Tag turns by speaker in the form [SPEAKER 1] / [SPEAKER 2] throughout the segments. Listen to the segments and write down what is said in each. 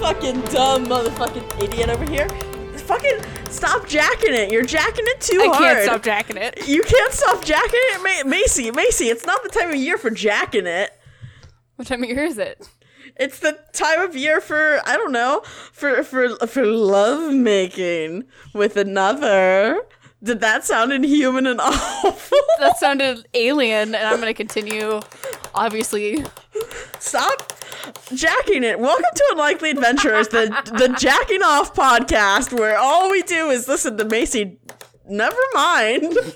[SPEAKER 1] fucking dumb motherfucking idiot over here. Fucking stop jacking it. You're jacking it too
[SPEAKER 2] I
[SPEAKER 1] hard.
[SPEAKER 2] can't stop jacking it.
[SPEAKER 1] You can't stop jacking it, Ma- Macy. Macy, it's not the time of year for jacking it.
[SPEAKER 2] What time of year is it?
[SPEAKER 1] It's the time of year for I don't know for for for love making with another. Did that sound inhuman and awful?
[SPEAKER 2] That sounded alien, and I'm gonna continue. Obviously,
[SPEAKER 1] Stop jacking it. Welcome to Unlikely Adventurers, the the jacking off podcast where all we do is listen to Macy. Never mind.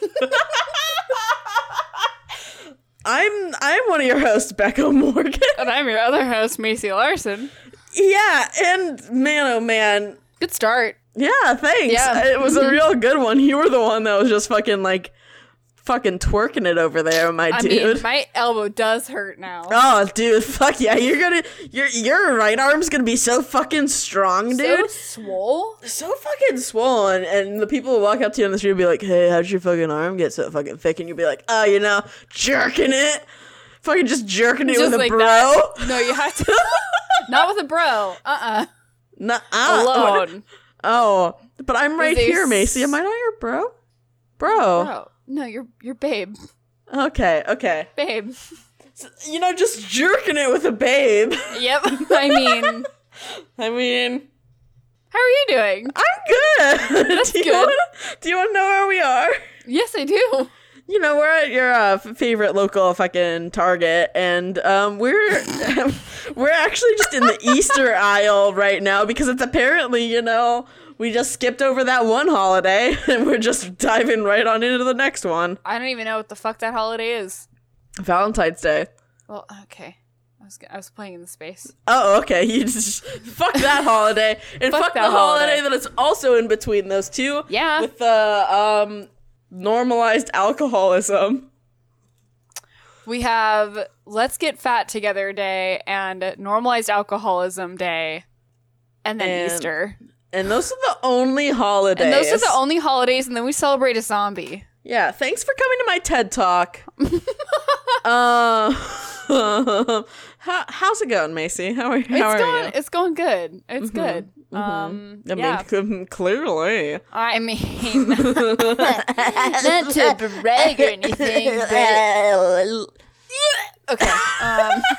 [SPEAKER 1] I'm I'm one of your hosts, Becca Morgan.
[SPEAKER 2] and I'm your other host, Macy Larson.
[SPEAKER 1] Yeah, and man, oh man,
[SPEAKER 2] Good start.
[SPEAKER 1] Yeah, thanks.
[SPEAKER 2] Yeah.
[SPEAKER 1] It was a real good one. You were the one that was just fucking like fucking twerking it over there, my
[SPEAKER 2] I
[SPEAKER 1] dude.
[SPEAKER 2] mean, my elbow does hurt now.
[SPEAKER 1] oh, dude, fuck yeah. You're going to your your right arm's going to be so fucking strong,
[SPEAKER 2] So
[SPEAKER 1] dude.
[SPEAKER 2] swole.
[SPEAKER 1] So, fucking swollen and the people who walk up to you on the street will be like, "Hey, how'd your fucking arm get so fucking thick?" And you'll be like, "Oh, you know, jerking it." Fucking just jerking it
[SPEAKER 2] Just
[SPEAKER 1] with
[SPEAKER 2] like
[SPEAKER 1] a bro.
[SPEAKER 2] that. No, you have to. Not with a bro. Uh uh
[SPEAKER 1] Nuh-uh. What-
[SPEAKER 2] Alone.
[SPEAKER 1] Oh, but I'm right
[SPEAKER 2] With a
[SPEAKER 1] here,
[SPEAKER 2] s-
[SPEAKER 1] Macy. Am I not your bro? Bro.
[SPEAKER 2] Bro. No, you're you're babe.
[SPEAKER 1] Okay, okay.
[SPEAKER 2] Babe.
[SPEAKER 1] you know, just jerking it with a babe.
[SPEAKER 2] Yep. I mean,
[SPEAKER 1] I mean,
[SPEAKER 2] how are you doing?
[SPEAKER 1] I'm good.
[SPEAKER 2] That's
[SPEAKER 1] do you
[SPEAKER 2] good.
[SPEAKER 1] Wanna, do you want to know where we are?
[SPEAKER 2] Yes, I do.
[SPEAKER 1] You know, we're at your uh, f- favorite local fucking Target, and um, we're we're actually just in the Easter aisle right now because it's apparently, you know, we just skipped over that one holiday, and we're just diving right on into the next one,
[SPEAKER 2] I don't even know what the fuck that holiday is.
[SPEAKER 1] Valentine's Day.
[SPEAKER 2] Well, okay. I was, I was playing in the space.
[SPEAKER 1] Oh, okay. You just fuck that holiday and
[SPEAKER 2] Fuck
[SPEAKER 1] fuck,
[SPEAKER 2] that
[SPEAKER 1] the holiday.
[SPEAKER 2] holiday.
[SPEAKER 1] that it's also in between those two.
[SPEAKER 2] Yeah.
[SPEAKER 1] With the um normalized alcoholism.
[SPEAKER 2] We have Let's Get Fat Together Day and Normalized Alcoholism Day and then
[SPEAKER 1] And-
[SPEAKER 2] Easter.
[SPEAKER 1] And those are the only holidays.
[SPEAKER 2] And those are the only holidays, and then we celebrate a zombie.
[SPEAKER 1] Yeah, thanks for coming to my TED Talk. uh, how, how's it going, Macy? How are, how
[SPEAKER 2] It's
[SPEAKER 1] are
[SPEAKER 2] going,
[SPEAKER 1] you? Mm-hmm.
[SPEAKER 2] it's going good. It's good. Um,
[SPEAKER 1] I mean,
[SPEAKER 2] yeah.
[SPEAKER 1] clearly.
[SPEAKER 2] I mean, not to brag or anything, but okay. Um,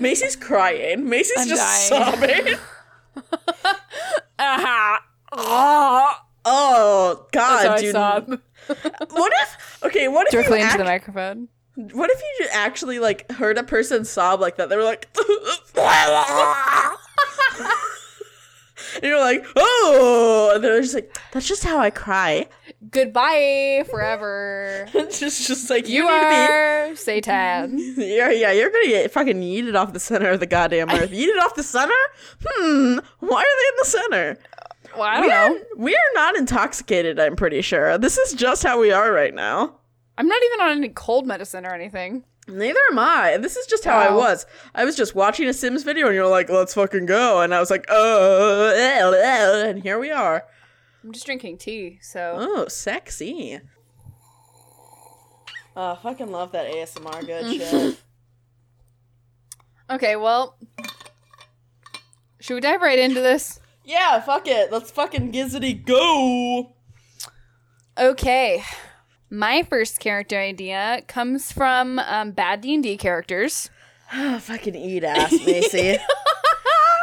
[SPEAKER 1] Macy's crying. Macy's
[SPEAKER 2] I'm
[SPEAKER 1] just
[SPEAKER 2] dying.
[SPEAKER 1] sobbing.
[SPEAKER 2] ah, ah.
[SPEAKER 1] Oh God,
[SPEAKER 2] That's how I
[SPEAKER 1] dude!
[SPEAKER 2] sob.
[SPEAKER 1] What if? Okay, what if you
[SPEAKER 2] directly into
[SPEAKER 1] act-
[SPEAKER 2] the microphone.
[SPEAKER 1] What if you actually like heard a person sob like that? They were like, and you're like, oh, and they're just like, that's just how I cry.
[SPEAKER 2] Goodbye forever.
[SPEAKER 1] It's just, just like you,
[SPEAKER 2] You
[SPEAKER 1] need
[SPEAKER 2] are Satan.
[SPEAKER 1] to be. You're, yeah, you're gonna get fucking yeeted off the center of the goddamn earth. yeeted off the center? Hmm. Why are they in the center?
[SPEAKER 2] Well, I
[SPEAKER 1] We
[SPEAKER 2] don't know.
[SPEAKER 1] are, we are not intoxicated. I'm pretty sure. This is just how we are right now.
[SPEAKER 2] I'm not even on any cold medicine or anything.
[SPEAKER 1] Neither am I. This is just how I
[SPEAKER 2] Wow.
[SPEAKER 1] was. I was just watching a Sims video, and you're like, "Let's fucking go," and I was like, "Oh," and here we are.
[SPEAKER 2] I'm just drinking tea, so
[SPEAKER 1] Oh, sexy. Oh, fucking love that ASMR good
[SPEAKER 2] Mm-hmm.
[SPEAKER 1] shit.
[SPEAKER 2] okay. Well, should we dive right into this?
[SPEAKER 1] Yeah, fuck it. Let's fucking gizzity go.
[SPEAKER 2] Okay. My first character idea comes from um, bad D and D characters.
[SPEAKER 1] Oh, fucking eat ass, Macy.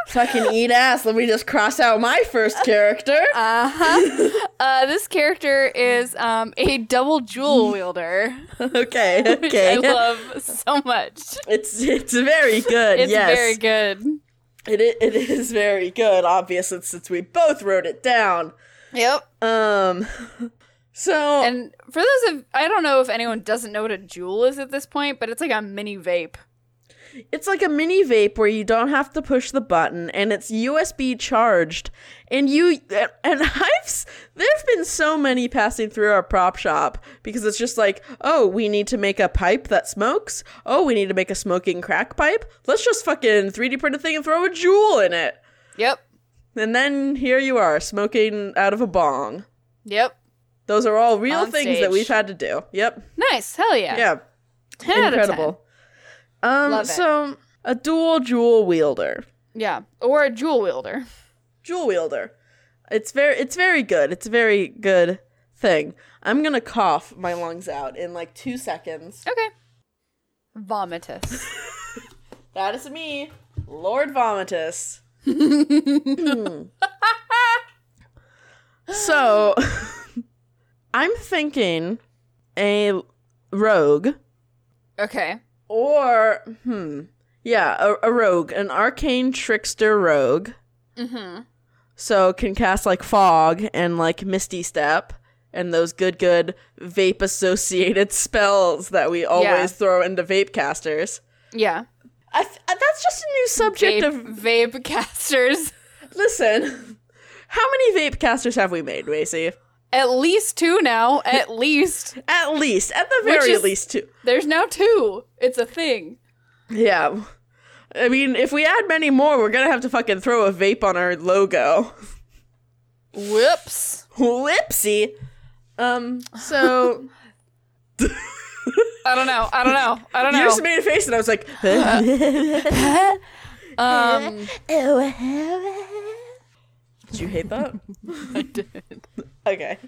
[SPEAKER 1] fucking eat ass. Let me just cross out my first character.
[SPEAKER 2] Uh-huh. uh This character is um, a double jewel wielder,
[SPEAKER 1] okay,
[SPEAKER 2] which
[SPEAKER 1] okay.
[SPEAKER 2] I love so much.
[SPEAKER 1] It's it's very good.
[SPEAKER 2] It's
[SPEAKER 1] yes.
[SPEAKER 2] very good.
[SPEAKER 1] It i- it is very good, obviously, since we both wrote it down.
[SPEAKER 2] Yep.
[SPEAKER 1] Um, so
[SPEAKER 2] And for those of I don't know if anyone doesn't know what a jewel is at this point, but it's like a mini vape.
[SPEAKER 1] it's like a mini vape where you don't have to push the button, and it's USB charged. And you and I've s- there've been so many passing through our prop shop because it's just like, oh, we need to make a pipe that smokes. Oh, we need to make a smoking crack pipe. Let's just fucking 3D print a thing and throw a jewel in it.
[SPEAKER 2] Yep.
[SPEAKER 1] And then here you are smoking out of a bong.
[SPEAKER 2] Yep.
[SPEAKER 1] Those are all real
[SPEAKER 2] On
[SPEAKER 1] things that we've
[SPEAKER 2] stage.
[SPEAKER 1] had to do. Yep.
[SPEAKER 2] Nice. Hell yeah.
[SPEAKER 1] Yeah.
[SPEAKER 2] 10 out of 10.
[SPEAKER 1] Incredible. Um
[SPEAKER 2] Love it.
[SPEAKER 1] so A dual jewel wielder.
[SPEAKER 2] Yeah. Or a jewel wielder.
[SPEAKER 1] Jewel wielder. It's very it's very good. It's a very good thing. I'm gonna cough my lungs out in like two seconds.
[SPEAKER 2] Okay. Vomitus.
[SPEAKER 1] That is me, Lord Vomitus. Hmm. so, I'm thinking a rogue
[SPEAKER 2] okay.
[SPEAKER 1] or, hmm, yeah, a, a rogue, an arcane trickster rogue.
[SPEAKER 2] Mm-hmm.
[SPEAKER 1] So, can cast like fog and like misty step and those good, good vape associated spells that we always throw into vape casters.
[SPEAKER 2] Yeah.
[SPEAKER 1] I th- uh, that's just a new subject of
[SPEAKER 2] Vape, vape casters.
[SPEAKER 1] Listen, how many vape casters have we made, Macy?
[SPEAKER 2] At least two now. At least.
[SPEAKER 1] At least, at the very
[SPEAKER 2] is-
[SPEAKER 1] least, two.
[SPEAKER 2] There's now two. It's a thing.
[SPEAKER 1] Yeah. I mean, if we add many more, we're gonna have to fucking throw a vape on our logo.
[SPEAKER 2] Whoops.
[SPEAKER 1] Whoopsie. Um. So
[SPEAKER 2] I don't know. I don't know. I don't
[SPEAKER 1] you just
[SPEAKER 2] know.
[SPEAKER 1] made a face, and I was like,
[SPEAKER 2] Um,
[SPEAKER 1] "Did you hate that?"
[SPEAKER 2] I did.
[SPEAKER 1] Okay.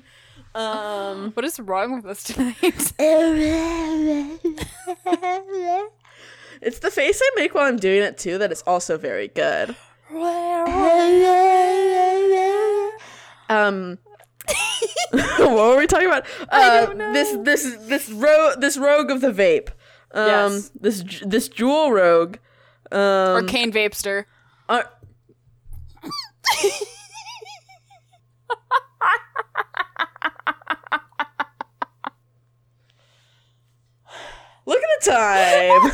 [SPEAKER 2] Um, What is wrong with us tonight?
[SPEAKER 1] It's the face I make while I'm doing it too. That is also very good. Um, what were we talking about? Uh,
[SPEAKER 2] don't know.
[SPEAKER 1] This this this rogue this rogue of the vape. Um,
[SPEAKER 2] Yes.
[SPEAKER 1] This j- this jewel rogue. Um,
[SPEAKER 2] or Kane Vapester.
[SPEAKER 1] uh, look at the time.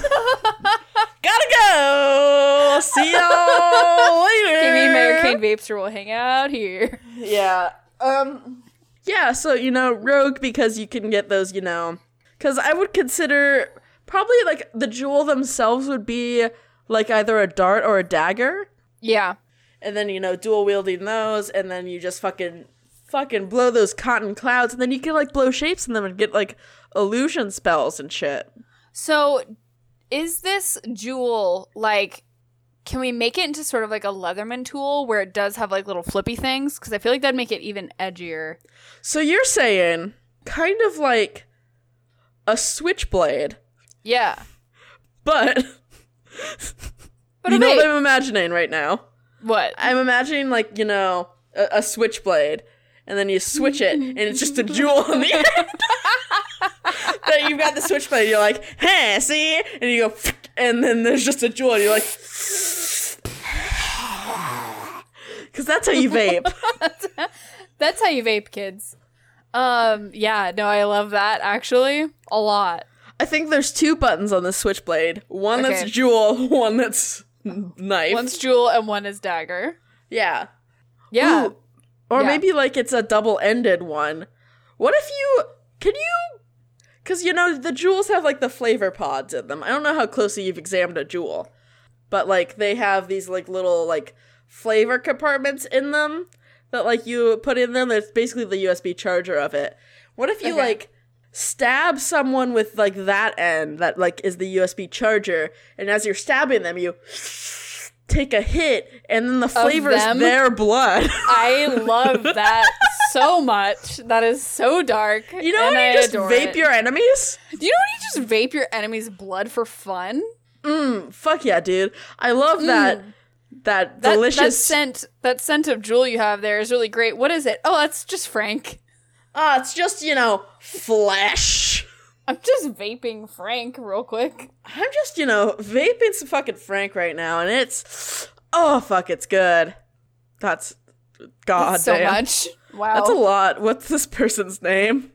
[SPEAKER 1] Gotta go. See y'all later.
[SPEAKER 2] Give me Mayor Kane Vapester. We'll hang out here.
[SPEAKER 1] Yeah. Um yeah, so you know, rogue because you can get those, you know. Cuz I would consider probably like the jewel themselves would be like either a dart or a dagger
[SPEAKER 2] Yeah.
[SPEAKER 1] and then you know, dual wielding those and then you just fucking fucking blow those cotton clouds and then you can like blow shapes in them and get like illusion spells and shit.
[SPEAKER 2] So, is this jewel like? Can we make it into sort of like a Leatherman tool where it does have like little flippy things? Because I feel like that'd make it even edgier.
[SPEAKER 1] So you're saying kind of like a switchblade,
[SPEAKER 2] Yeah,
[SPEAKER 1] but
[SPEAKER 2] but
[SPEAKER 1] you
[SPEAKER 2] a
[SPEAKER 1] know
[SPEAKER 2] vape.
[SPEAKER 1] what I'm imagining right now.
[SPEAKER 2] what?
[SPEAKER 1] I'm imagining like you know a, a switchblade, and then you switch it, and it's just a jewel on the end. that you've got the switchblade, you're like, hey, see, and you go, and then there's just a jewel, and you're like, because that's how you vape.
[SPEAKER 2] That's how you vape, kids. Um, yeah, no, I love that actually a lot.
[SPEAKER 1] I think there's two buttons on the switchblade, one
[SPEAKER 2] Okay.
[SPEAKER 1] that's jewel, one that's knife.
[SPEAKER 2] One's jewel and one is dagger.
[SPEAKER 1] yeah,
[SPEAKER 2] Yeah,
[SPEAKER 1] Ooh, Or
[SPEAKER 2] Yeah.
[SPEAKER 1] maybe like it's a double ended one. What if you can you cuz you know the jewels have like the flavor pods in them. I don't know how closely you've examined a jewel. But like they have these like little like flavor compartments in them that like you put in them that's basically the USB charger of it. What if you
[SPEAKER 2] Okay.
[SPEAKER 1] like stab someone with like that end that like is the USB charger and as you're stabbing them you take a hit and then the flavor is
[SPEAKER 2] them?
[SPEAKER 1] their blood.
[SPEAKER 2] I love that so much. That is so dark.
[SPEAKER 1] You know
[SPEAKER 2] and
[SPEAKER 1] when
[SPEAKER 2] I
[SPEAKER 1] you just
[SPEAKER 2] adore
[SPEAKER 1] vape
[SPEAKER 2] it.
[SPEAKER 1] your enemies?
[SPEAKER 2] Do you know when you just vape your enemy's blood for fun?
[SPEAKER 1] Mm, fuck yeah, dude. I love that that
[SPEAKER 2] Mm. That, that
[SPEAKER 1] delicious
[SPEAKER 2] scent, that scent of jewel you have there is really great. What is it? Oh, that's just Frank.
[SPEAKER 1] Ah, it's just, you know, flesh.
[SPEAKER 2] I'm just vaping Frank real quick.
[SPEAKER 1] I'm just, you know, vaping some fucking Frank right now and it's oh fuck, it's good. That's god
[SPEAKER 2] so
[SPEAKER 1] Ah, damn.
[SPEAKER 2] much. Wow.
[SPEAKER 1] That's a lot. What's this person's name?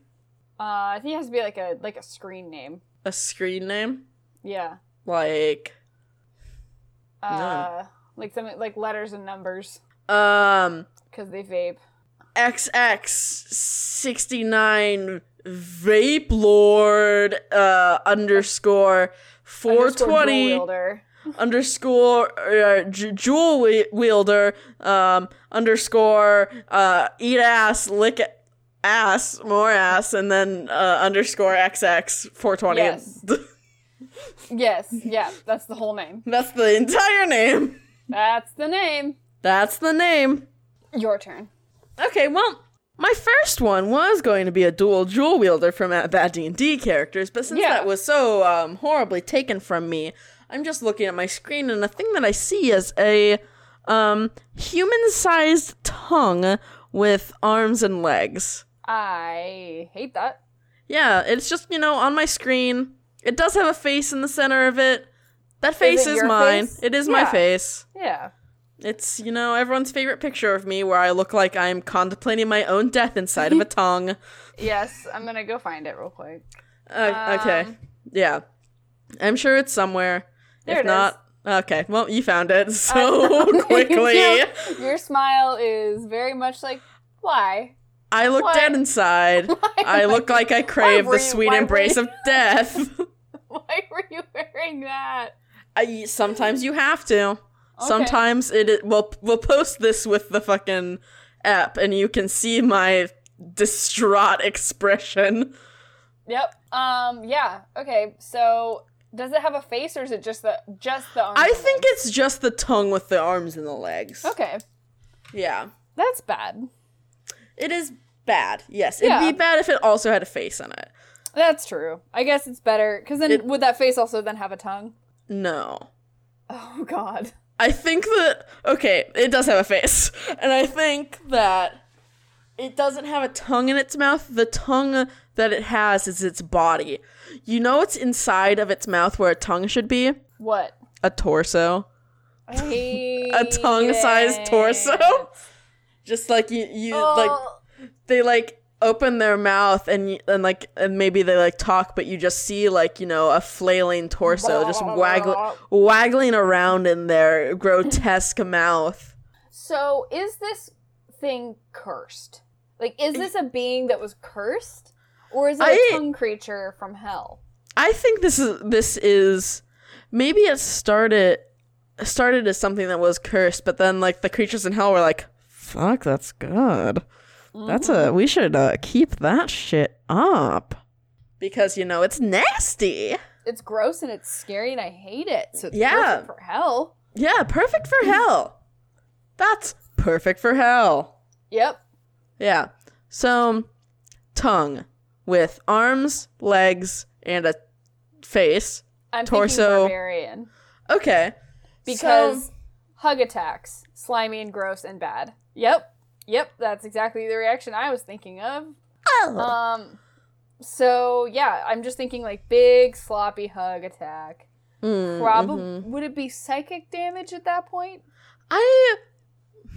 [SPEAKER 2] Uh, I think it has to be like a like a screen name.
[SPEAKER 1] A screen name?
[SPEAKER 2] Yeah.
[SPEAKER 1] Like
[SPEAKER 2] Uh, like some like letters and numbers
[SPEAKER 1] um
[SPEAKER 2] because they vape.
[SPEAKER 1] XX sixty nine vape lord uh underscore four
[SPEAKER 2] Underscore dual
[SPEAKER 1] twenty
[SPEAKER 2] wielder.
[SPEAKER 1] underscore uh, j- jewel wi- wielder um underscore uh eat ass lick ass more ass and then uh underscore XX four twenty.
[SPEAKER 2] Yes. Yes, yeah, that's the whole name.
[SPEAKER 1] That's the entire name.
[SPEAKER 2] That's the name.
[SPEAKER 1] That's the name.
[SPEAKER 2] Your turn.
[SPEAKER 1] Okay, well, my first one was going to be a dual jewel wielder from a- bad D and D characters, but since
[SPEAKER 2] Yeah.
[SPEAKER 1] that was so um, horribly taken from me, I'm just looking at my screen and the thing that I see is a um, human-sized tongue with arms and legs.
[SPEAKER 2] I hate that.
[SPEAKER 1] Yeah, it's just you know on my screen. It does have a face in the center of it. That face
[SPEAKER 2] it
[SPEAKER 1] is,
[SPEAKER 2] your
[SPEAKER 1] mine.
[SPEAKER 2] face?
[SPEAKER 1] It is my
[SPEAKER 2] Yeah.
[SPEAKER 1] face.
[SPEAKER 2] Yeah.
[SPEAKER 1] It's you know everyone's favorite picture of me where I look like I'm contemplating my own death inside of a tongue.
[SPEAKER 2] Yes, I'm gonna go find it real quick.
[SPEAKER 1] Uh, okay. Yeah. I'm sure it's somewhere.
[SPEAKER 2] Um, There
[SPEAKER 1] if
[SPEAKER 2] it
[SPEAKER 1] not, okay. Well, you found it so quickly.
[SPEAKER 2] You- your smile is very much like why?
[SPEAKER 1] I look
[SPEAKER 2] Why-
[SPEAKER 1] dead inside. I look like I crave
[SPEAKER 2] were
[SPEAKER 1] the
[SPEAKER 2] you-
[SPEAKER 1] sweet
[SPEAKER 2] why were
[SPEAKER 1] embrace
[SPEAKER 2] you-
[SPEAKER 1] of death.
[SPEAKER 2] Why were you wearing that?
[SPEAKER 1] I, sometimes you have to.
[SPEAKER 2] Okay.
[SPEAKER 1] Sometimes it, it we'll we'll post this with the fucking app and you can see my distraught expression.
[SPEAKER 2] Yep. Um. Yeah. Okay. So, does it have a face, or is it just the just the arms?
[SPEAKER 1] I
[SPEAKER 2] and
[SPEAKER 1] think
[SPEAKER 2] legs?
[SPEAKER 1] it's just the tongue with the arms and the legs.
[SPEAKER 2] Okay,
[SPEAKER 1] Yeah.
[SPEAKER 2] that's bad.
[SPEAKER 1] It is bad. Yes. It'd
[SPEAKER 2] Yeah.
[SPEAKER 1] be bad if it also had a face on it.
[SPEAKER 2] That's true. I guess it's better because then
[SPEAKER 1] It-
[SPEAKER 2] would that face also then have a tongue?
[SPEAKER 1] No.
[SPEAKER 2] Oh God.
[SPEAKER 1] I think that okay, it does have a face. And I think that it doesn't have a tongue in its mouth. The tongue that it has is its body. You know what's inside of its mouth where a tongue should be?
[SPEAKER 2] What?
[SPEAKER 1] A torso.
[SPEAKER 2] I hate
[SPEAKER 1] A tongue-sized
[SPEAKER 2] it.
[SPEAKER 1] torso? Just like you you like
[SPEAKER 2] Oh,
[SPEAKER 1] they like open their mouth and y- and like and maybe they like talk but you just see like you know a flailing torso just waggling waggling around in their grotesque mouth
[SPEAKER 2] so is this thing cursed? Like, is this a being that was cursed, or is it a
[SPEAKER 1] I-
[SPEAKER 2] tongue creature from hell?
[SPEAKER 1] i think this is this is maybe it started started as something that was cursed but then like the creatures in hell were like fuck that's good that's a we should uh, keep that shit up because you know it's nasty
[SPEAKER 2] It's gross and it's scary and I hate it. So it's
[SPEAKER 1] Yeah.
[SPEAKER 2] perfect for hell.
[SPEAKER 1] Yeah, perfect for hell. That's perfect for hell.
[SPEAKER 2] Yep.
[SPEAKER 1] Yeah. So, tongue with arms, legs, and a face.
[SPEAKER 2] I'm
[SPEAKER 1] Torso.
[SPEAKER 2] torso barbarian
[SPEAKER 1] Okay.
[SPEAKER 2] because
[SPEAKER 1] So-
[SPEAKER 2] hug attacks, slimy and gross and bad. Yep, yep, that's exactly the reaction I was thinking of. Um, so yeah, I'm just thinking like big sloppy hug attack.
[SPEAKER 1] Mm,
[SPEAKER 2] Probably
[SPEAKER 1] mhm.
[SPEAKER 2] would it be psychic damage at that point?
[SPEAKER 1] I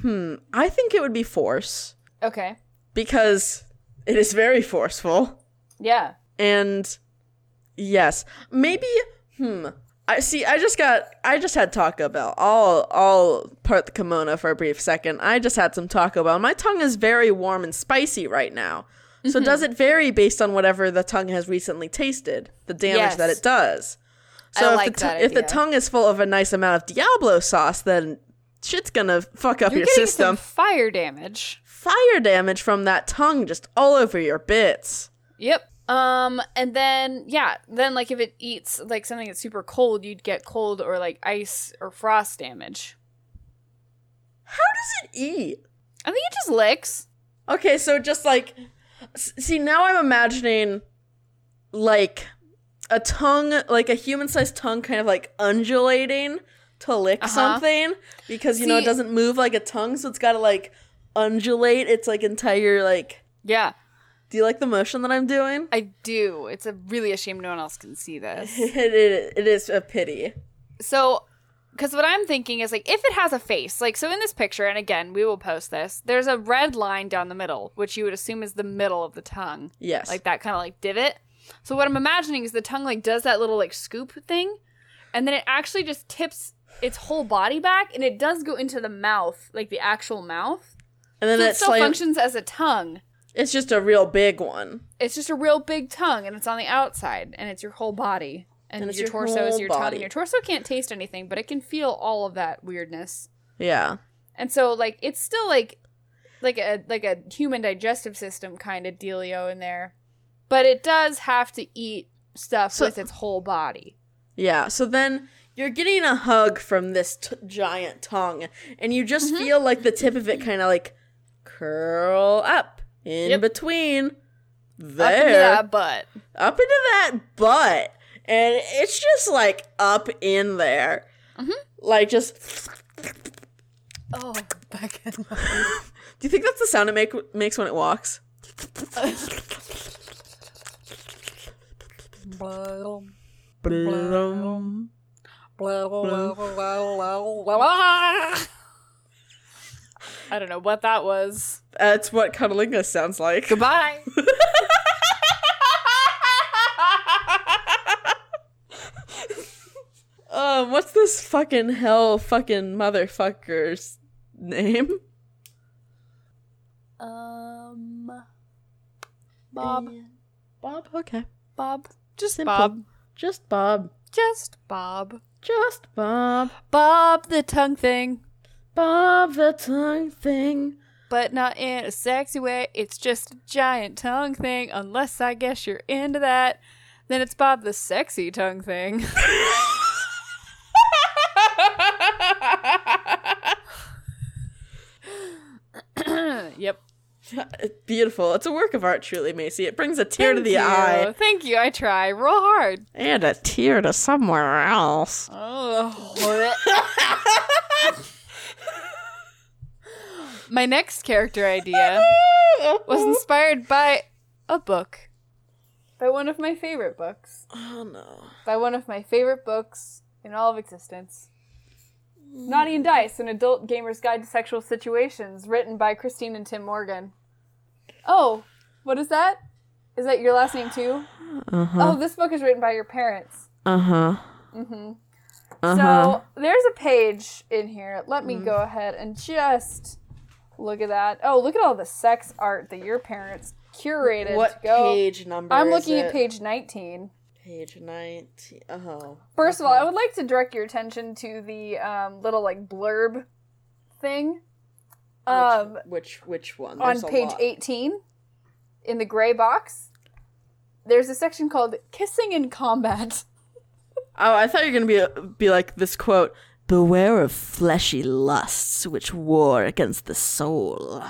[SPEAKER 1] hmm, I think it would be force
[SPEAKER 2] Okay,
[SPEAKER 1] because it is very forceful.
[SPEAKER 2] yeah,
[SPEAKER 1] and yes maybe hmm i see i just got i just had taco bell i'll i'll part the kimono for a brief second i just had some taco bell my tongue is very warm and spicy right now so does
[SPEAKER 2] Mm-hmm.
[SPEAKER 1] it vary based on whatever the tongue has recently tasted the damage
[SPEAKER 2] Yes.
[SPEAKER 1] that it does
[SPEAKER 2] I
[SPEAKER 1] so if,
[SPEAKER 2] like
[SPEAKER 1] the
[SPEAKER 2] that
[SPEAKER 1] if the
[SPEAKER 2] idea.
[SPEAKER 1] tongue is full of a nice amount of diablo sauce then shit's gonna fuck up
[SPEAKER 2] you're
[SPEAKER 1] your
[SPEAKER 2] getting
[SPEAKER 1] system
[SPEAKER 2] some fire damage.
[SPEAKER 1] fire damage from that tongue just all over your bits
[SPEAKER 2] Yep. Um, and then yeah, then like if it eats like something that's super cold, you'd get cold or like ice or frost damage.
[SPEAKER 1] what does it eat
[SPEAKER 2] I think it just licks.
[SPEAKER 1] Okay, so just like, s- see, now I'm imagining like a tongue, like a human sized tongue, kind of like undulating to lick
[SPEAKER 2] Uh-huh.
[SPEAKER 1] something because, you know, it
[SPEAKER 2] See-
[SPEAKER 1] doesn't move like a tongue, so it's got to like undulate its like entire, like,
[SPEAKER 2] Yeah,
[SPEAKER 1] do you like the motion that I'm doing?
[SPEAKER 2] I do. It's a really a shame no one else can see this.
[SPEAKER 1] It, it, it is a pity.
[SPEAKER 2] so, because what I'm thinking is like if it has a face, like so in this picture, and again we will post this. There's a red line down the middle, which you would assume is the middle of the tongue,
[SPEAKER 1] Yes.
[SPEAKER 2] like that kind of like divot. So what I'm imagining is the tongue like does that little like scoop thing, and then it actually just tips its whole body back, and it does go into the mouth, like the actual mouth.
[SPEAKER 1] and then
[SPEAKER 2] So it
[SPEAKER 1] it's
[SPEAKER 2] still
[SPEAKER 1] like,
[SPEAKER 2] functions as a tongue.
[SPEAKER 1] it's just a real big one.
[SPEAKER 2] it's just a real big tongue and it's on the outside and it's your whole body and,
[SPEAKER 1] And it's
[SPEAKER 2] your,
[SPEAKER 1] your
[SPEAKER 2] torso is
[SPEAKER 1] whole
[SPEAKER 2] your
[SPEAKER 1] body.
[SPEAKER 2] tongue your torso can't taste anything but it can feel all of that weirdness
[SPEAKER 1] Yeah.
[SPEAKER 2] and so like it's still like like a like a human digestive system kind of dealio in there but it does have to eat stuff
[SPEAKER 1] So-
[SPEAKER 2] with its whole body
[SPEAKER 1] Yeah. So then you're getting a hug from this t- giant tongue, and you just
[SPEAKER 2] Mm-hmm.
[SPEAKER 1] feel like the tip of it kind of like curl up in
[SPEAKER 2] Yep.
[SPEAKER 1] between there,
[SPEAKER 2] Up into that butt.
[SPEAKER 1] up into that butt, and it's just like up in there,
[SPEAKER 2] Mm-hmm.
[SPEAKER 1] like just.
[SPEAKER 2] Oh, back end.
[SPEAKER 1] Do you think that's the sound it make makes when it walks? Blum.
[SPEAKER 2] I don't know what that was.
[SPEAKER 1] That's what cunnilingus sounds like.
[SPEAKER 2] Goodbye.
[SPEAKER 1] Um, what's this fucking hell fucking motherfucker's name?
[SPEAKER 2] um, Bob.
[SPEAKER 1] Bob. Okay.
[SPEAKER 2] Bob. Just
[SPEAKER 1] Simple.
[SPEAKER 2] Bob.
[SPEAKER 1] Just Bob.
[SPEAKER 2] Just Bob.
[SPEAKER 1] Just Bob.
[SPEAKER 2] Bob the tongue thing,
[SPEAKER 1] Bob the tongue thing.
[SPEAKER 2] but not in a sexy way. It's just a giant tongue thing, unless I guess you're into that. Then it's Bob the sexy tongue thing. yep.
[SPEAKER 1] Beautiful. It's a work of art, truly, Macy. It brings a tear to
[SPEAKER 2] Thank
[SPEAKER 1] the
[SPEAKER 2] you.
[SPEAKER 1] eye
[SPEAKER 2] Thank you. I try real hard.
[SPEAKER 1] and a tear to somewhere else.
[SPEAKER 2] Oh. My next character idea was inspired by a book. By one of my favorite books.
[SPEAKER 1] Oh no.
[SPEAKER 2] By one of my favorite books in all of existence. Naughty and Dice, an adult gamer's guide to sexual situations, written by Christine and Tim Morgan. Oh, what is that? Is that your last name too?
[SPEAKER 1] Uh huh.
[SPEAKER 2] Oh, this book is written by your parents.
[SPEAKER 1] Uh huh. Uh-huh.
[SPEAKER 2] So there's a page in here. Let me go ahead and just look at that. Oh, look at all the sex art that your parents curated.
[SPEAKER 1] What
[SPEAKER 2] to go.
[SPEAKER 1] page number?
[SPEAKER 2] I'm
[SPEAKER 1] is
[SPEAKER 2] looking
[SPEAKER 1] it?
[SPEAKER 2] at page 19.
[SPEAKER 1] Page nineteen. Oh.
[SPEAKER 2] First of all, I would like to direct your attention to the um, little like blurb thing um,
[SPEAKER 1] Which which one?
[SPEAKER 2] on
[SPEAKER 1] There's a
[SPEAKER 2] page
[SPEAKER 1] lot.
[SPEAKER 2] 18 in the gray box. There's a section called "Kissing in Combat."
[SPEAKER 1] Oh, I thought you were gonna be be like this quote: "Beware of fleshy lusts, which war against the soul."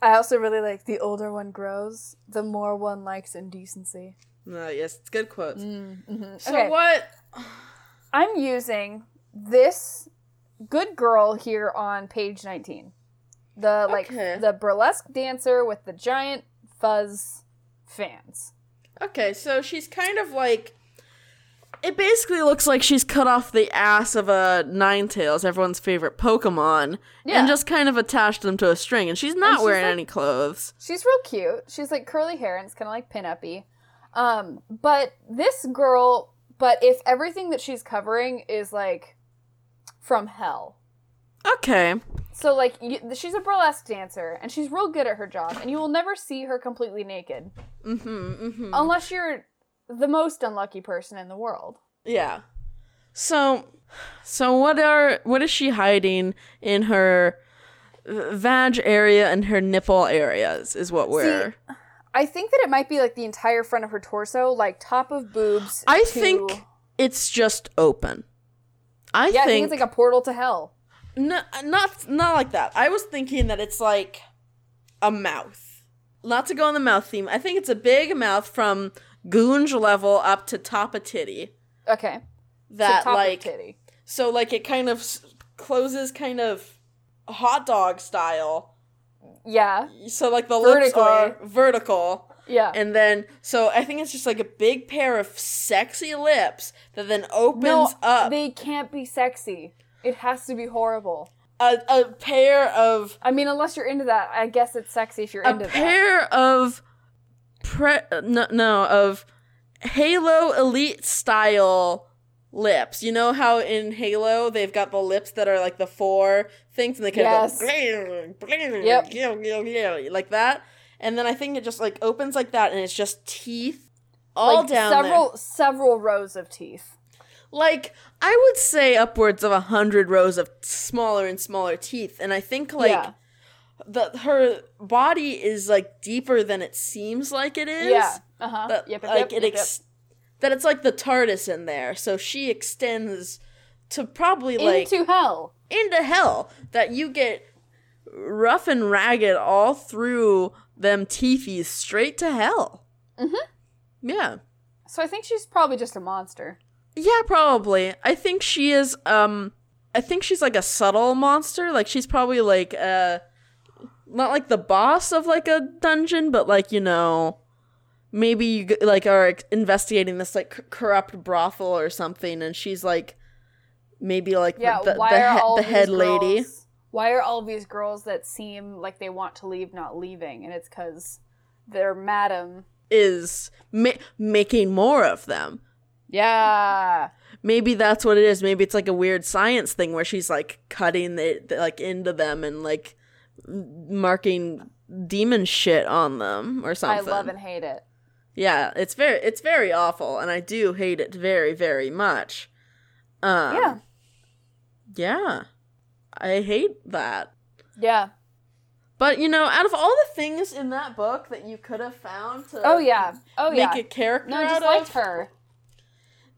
[SPEAKER 2] I also really like the older one grows, the more one likes indecency.
[SPEAKER 1] No, Uh, yes, it's good quotes. So
[SPEAKER 2] Mm, Okay.
[SPEAKER 1] what?
[SPEAKER 2] I'm using this good girl here on page 19. The like
[SPEAKER 1] Okay.
[SPEAKER 2] the burlesque dancer with the giant fuzz fans.
[SPEAKER 1] Okay, so she's kind of like. It basically looks like she's cut off the ass of a Ninetales, everyone's favorite Pokemon,
[SPEAKER 2] Yeah.
[SPEAKER 1] and just kind of attached them to a string. And she's not
[SPEAKER 2] she's
[SPEAKER 1] wearing
[SPEAKER 2] like-
[SPEAKER 1] any clothes.
[SPEAKER 2] She's real cute. She's like curly hair and it's kind of like pin-uppy. Um, but this girl, but if everything that she's covering is like from hell,
[SPEAKER 1] Okay.
[SPEAKER 2] So like you, she's a burlesque dancer and she's real good at her job and you will never see her completely naked
[SPEAKER 1] Mm-hmm, mm-hmm.
[SPEAKER 2] unless you're the most unlucky person in the world.
[SPEAKER 1] Yeah. So, so what are what is she hiding in her v- vag area and her nipple areas? Is what we're.
[SPEAKER 2] I think that it might be like the entire front of her torso, like top of boobs.
[SPEAKER 1] I
[SPEAKER 2] to-
[SPEAKER 1] think it's just open. I
[SPEAKER 2] yeah, I think
[SPEAKER 1] think,
[SPEAKER 2] it's like a portal to hell.
[SPEAKER 1] no, not not like that. I was thinking that it's like a mouth. Not to go on the mouth theme. I think it's a big mouth from goonge level up to top of titty.
[SPEAKER 2] Okay, So
[SPEAKER 1] That
[SPEAKER 2] top
[SPEAKER 1] like
[SPEAKER 2] of titty.
[SPEAKER 1] So like it kind of s- closes kind of hot dog style.
[SPEAKER 2] Yeah,
[SPEAKER 1] So like the lips
[SPEAKER 2] Vertically.
[SPEAKER 1] are vertical
[SPEAKER 2] yeah.
[SPEAKER 1] and then so I think it's just like a big pair of sexy lips that then opens
[SPEAKER 2] no,
[SPEAKER 1] up
[SPEAKER 2] they can't be sexy. It has to be horrible.
[SPEAKER 1] a, a pair of
[SPEAKER 2] I mean, unless you're into that, I guess it's sexy if you're
[SPEAKER 1] a
[SPEAKER 2] into that.
[SPEAKER 1] pair of pre no, no of Halo Elite style lips. You know how in Halo they've got the lips that are like the four things and they kind
[SPEAKER 2] Yes.
[SPEAKER 1] of go
[SPEAKER 2] Yep.
[SPEAKER 1] like that. And then I think it just like opens like that and it's just teeth all
[SPEAKER 2] like
[SPEAKER 1] down there.
[SPEAKER 2] several several rows of teeth.
[SPEAKER 1] like I would say upwards of a hundred rows of smaller and smaller teeth, and I think like
[SPEAKER 2] Yeah.
[SPEAKER 1] the her body is like deeper than it seems like it is.
[SPEAKER 2] Yeah. Uh huh.
[SPEAKER 1] But,
[SPEAKER 2] Yep, yep,
[SPEAKER 1] like
[SPEAKER 2] yep,
[SPEAKER 1] it
[SPEAKER 2] yep,
[SPEAKER 1] ex- that it's like the TARDIS in there. So she extends to probably like
[SPEAKER 2] Into hell.
[SPEAKER 1] into hell that you get rough and ragged all through them teethies straight to hell. Mm-hmm. Yeah.
[SPEAKER 2] So I think she's probably just a monster.
[SPEAKER 1] Yeah, probably. I think she is um I think she's like a subtle monster. Like she's probably like uh not like the boss of like a dungeon, but like, you know, maybe you g- like are ex- investigating this like c- corrupt brothel or something and she's like maybe like the-
[SPEAKER 2] Yeah.
[SPEAKER 1] the, the,
[SPEAKER 2] why are
[SPEAKER 1] he-
[SPEAKER 2] all
[SPEAKER 1] the
[SPEAKER 2] these
[SPEAKER 1] head lady.
[SPEAKER 2] girls- Why are all these girls that seem like they want to leave not leaving? And it's because their madam.
[SPEAKER 1] is ma- making more of them.
[SPEAKER 2] Yeah.
[SPEAKER 1] Maybe that's what it is. Maybe it's like a weird science thing where she's like cutting it like into them and like m- marking demon shit on them or something.
[SPEAKER 2] I love and hate it.
[SPEAKER 1] Yeah, it's very it's very awful, and I do hate it very very much. Um,
[SPEAKER 2] yeah.
[SPEAKER 1] yeah, I hate that.
[SPEAKER 2] Yeah.
[SPEAKER 1] But you know, out of all the things in that book that you could have found to
[SPEAKER 2] Oh yeah. Oh
[SPEAKER 1] uh, make
[SPEAKER 2] yeah.
[SPEAKER 1] a character
[SPEAKER 2] No, I
[SPEAKER 1] out
[SPEAKER 2] just liked
[SPEAKER 1] of,
[SPEAKER 2] her.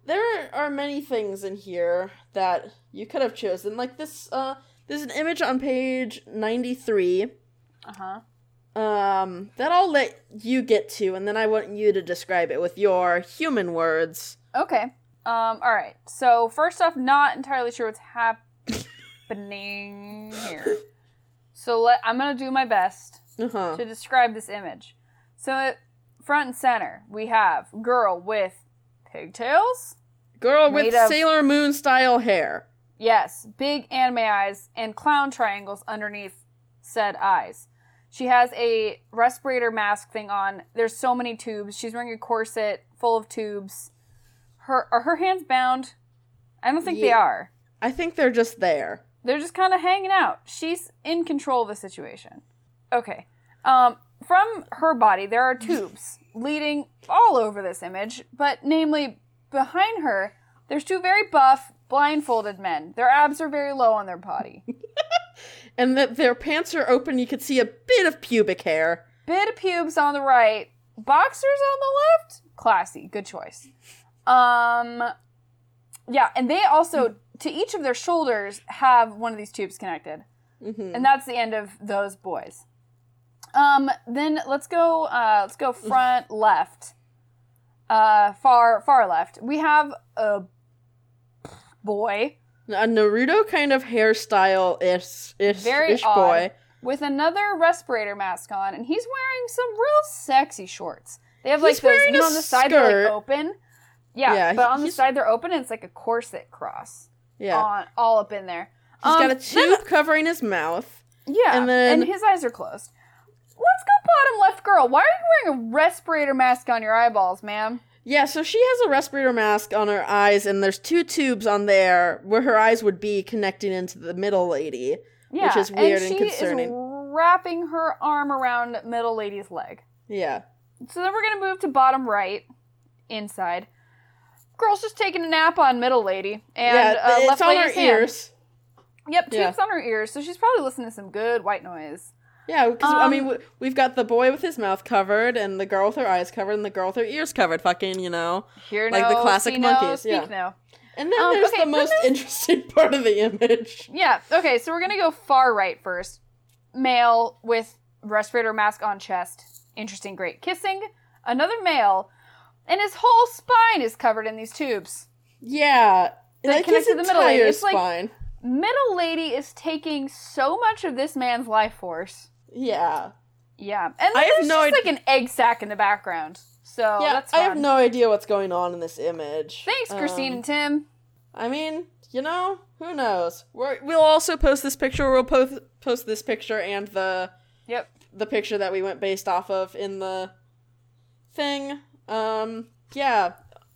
[SPEAKER 1] there are many things in here that you could have chosen like this uh there's an image on page 93
[SPEAKER 2] Uh huh.
[SPEAKER 1] um that i'll let you get to and then i want you to describe it with your human words
[SPEAKER 2] Okay. Um. All right. So first off, not entirely sure what's happening here. So let I'm gonna do my best
[SPEAKER 1] uh-huh
[SPEAKER 2] to describe this image. So it, front and center, we have girl with pigtails.
[SPEAKER 1] girl with
[SPEAKER 2] Made of-
[SPEAKER 1] sailor moon style hair
[SPEAKER 2] Yes, big anime eyes and clown triangles underneath said eyes. She has a respirator mask thing on. There's so many tubes. She's wearing a corset full of tubes. Her are her hands bound? I don't think they
[SPEAKER 1] Ye-
[SPEAKER 2] are.
[SPEAKER 1] i think they're just there
[SPEAKER 2] They're just kind of hanging out. She's in control of the situation. Okay. Um, from her body, there are tubes leading all over this image, but namely behind her, there's two very buff, blindfolded men. Their abs are very low on their body.
[SPEAKER 1] and that their pants are open you could see a bit of pubic hair
[SPEAKER 2] Bit of pubes on the right, boxers on the left. Classy, good choice. Um, yeah, and they also to each of their shoulders have one of these tubes connected.
[SPEAKER 1] mm-hmm.
[SPEAKER 2] and that's the end of those boys. Um, then let's go. Uh, let's go front left. Uh, far far left. We have a boy
[SPEAKER 1] a naruto kind of hairstyle ish ish,
[SPEAKER 2] Very
[SPEAKER 1] ish
[SPEAKER 2] odd.
[SPEAKER 1] boy
[SPEAKER 2] with another respirator mask on, and he's wearing some real sexy shorts. They have like
[SPEAKER 1] He's
[SPEAKER 2] those.
[SPEAKER 1] wearing
[SPEAKER 2] You know,
[SPEAKER 1] a
[SPEAKER 2] on the side they're
[SPEAKER 1] skirt.
[SPEAKER 2] like open. Yeah,
[SPEAKER 1] Yeah,
[SPEAKER 2] but
[SPEAKER 1] he-
[SPEAKER 2] on the
[SPEAKER 1] he's-
[SPEAKER 2] side they're open, and it's like a corset cross
[SPEAKER 1] yeah
[SPEAKER 2] on all up in there.
[SPEAKER 1] He's
[SPEAKER 2] Um,
[SPEAKER 1] got a
[SPEAKER 2] then-
[SPEAKER 1] tube covering his mouth.
[SPEAKER 2] Yeah,
[SPEAKER 1] And then-
[SPEAKER 2] his eyes are closed. Let's go bottom left girl. Why are you wearing a respirator mask on your eyeballs, ma'am?
[SPEAKER 1] Yeah, so she has a respirator mask on her eyes, and there's two tubes on there where her eyes would be connecting into the middle lady.
[SPEAKER 2] Yeah,
[SPEAKER 1] is weird and
[SPEAKER 2] and she
[SPEAKER 1] concerning.
[SPEAKER 2] Is wrapping her arm around middle lady's leg.
[SPEAKER 1] Yeah.
[SPEAKER 2] So then we're gonna move to bottom right, inside. Girl's just taking a nap on middle lady, and
[SPEAKER 1] yeah,
[SPEAKER 2] uh,
[SPEAKER 1] it's
[SPEAKER 2] left
[SPEAKER 1] on her
[SPEAKER 2] lady's hand.
[SPEAKER 1] ears.
[SPEAKER 2] Yep,
[SPEAKER 1] Yeah.
[SPEAKER 2] tubes on her ears. So she's probably listening to some good white noise.
[SPEAKER 1] Yeah, because, I
[SPEAKER 2] Um,
[SPEAKER 1] mean, w- we've got the boy with his mouth covered, and the girl with her eyes covered, and the girl with her ears covered, fucking, you know.
[SPEAKER 2] Here,
[SPEAKER 1] Like the classic
[SPEAKER 2] see no,
[SPEAKER 1] monkeys,
[SPEAKER 2] Speak
[SPEAKER 1] yeah.
[SPEAKER 2] no.
[SPEAKER 1] And then
[SPEAKER 2] Um,
[SPEAKER 1] there's
[SPEAKER 2] okay,
[SPEAKER 1] the
[SPEAKER 2] then
[SPEAKER 1] most
[SPEAKER 2] there's-
[SPEAKER 1] interesting part of the image.
[SPEAKER 2] Yeah. Okay. So we're gonna go far right first. Male with respirator mask on chest. Interesting. Great. Kissing another male, and his whole spine is covered in these tubes.
[SPEAKER 1] Yeah.
[SPEAKER 2] That
[SPEAKER 1] like his
[SPEAKER 2] connects to the middle lady.
[SPEAKER 1] entire
[SPEAKER 2] It's like-
[SPEAKER 1] spine.
[SPEAKER 2] Middle lady is taking so much of this man's life force.
[SPEAKER 1] yeah.
[SPEAKER 2] Yeah. And then
[SPEAKER 1] I have
[SPEAKER 2] there's
[SPEAKER 1] no
[SPEAKER 2] just like an egg sack in the background. So
[SPEAKER 1] yeah,
[SPEAKER 2] Oh, that's
[SPEAKER 1] I
[SPEAKER 2] fun.
[SPEAKER 1] have no idea what's going on in this image.
[SPEAKER 2] Thanks, Christine
[SPEAKER 1] Um,
[SPEAKER 2] and Tim.
[SPEAKER 1] I mean, you know, who knows? We're, we'll also post this picture. We'll post post this picture and the
[SPEAKER 2] Yep.
[SPEAKER 1] the picture that we went based off of in the thing. Um, yeah.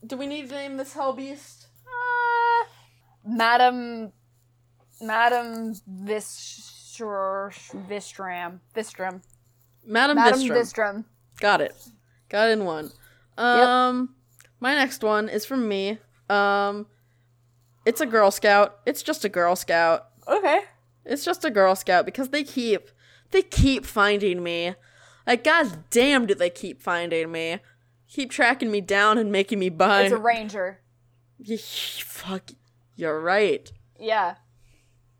[SPEAKER 1] Do we need to name this hell beast?
[SPEAKER 2] Uh, Madam, Madam Vis- Vistram, Vistram,
[SPEAKER 1] Madam,
[SPEAKER 2] Madam
[SPEAKER 1] Vistram.
[SPEAKER 2] Vistram.
[SPEAKER 1] Got it. Got in one. Um, my next one is from me. Um, it's a Girl Scout. It's just a Girl Scout.
[SPEAKER 2] Okay.
[SPEAKER 1] It's just a Girl Scout because they keep they keep finding me. Like god damn do they keep finding me. keep tracking me down and making me buy.
[SPEAKER 2] It's a ranger.
[SPEAKER 1] Fuck. You're right.
[SPEAKER 2] Yeah.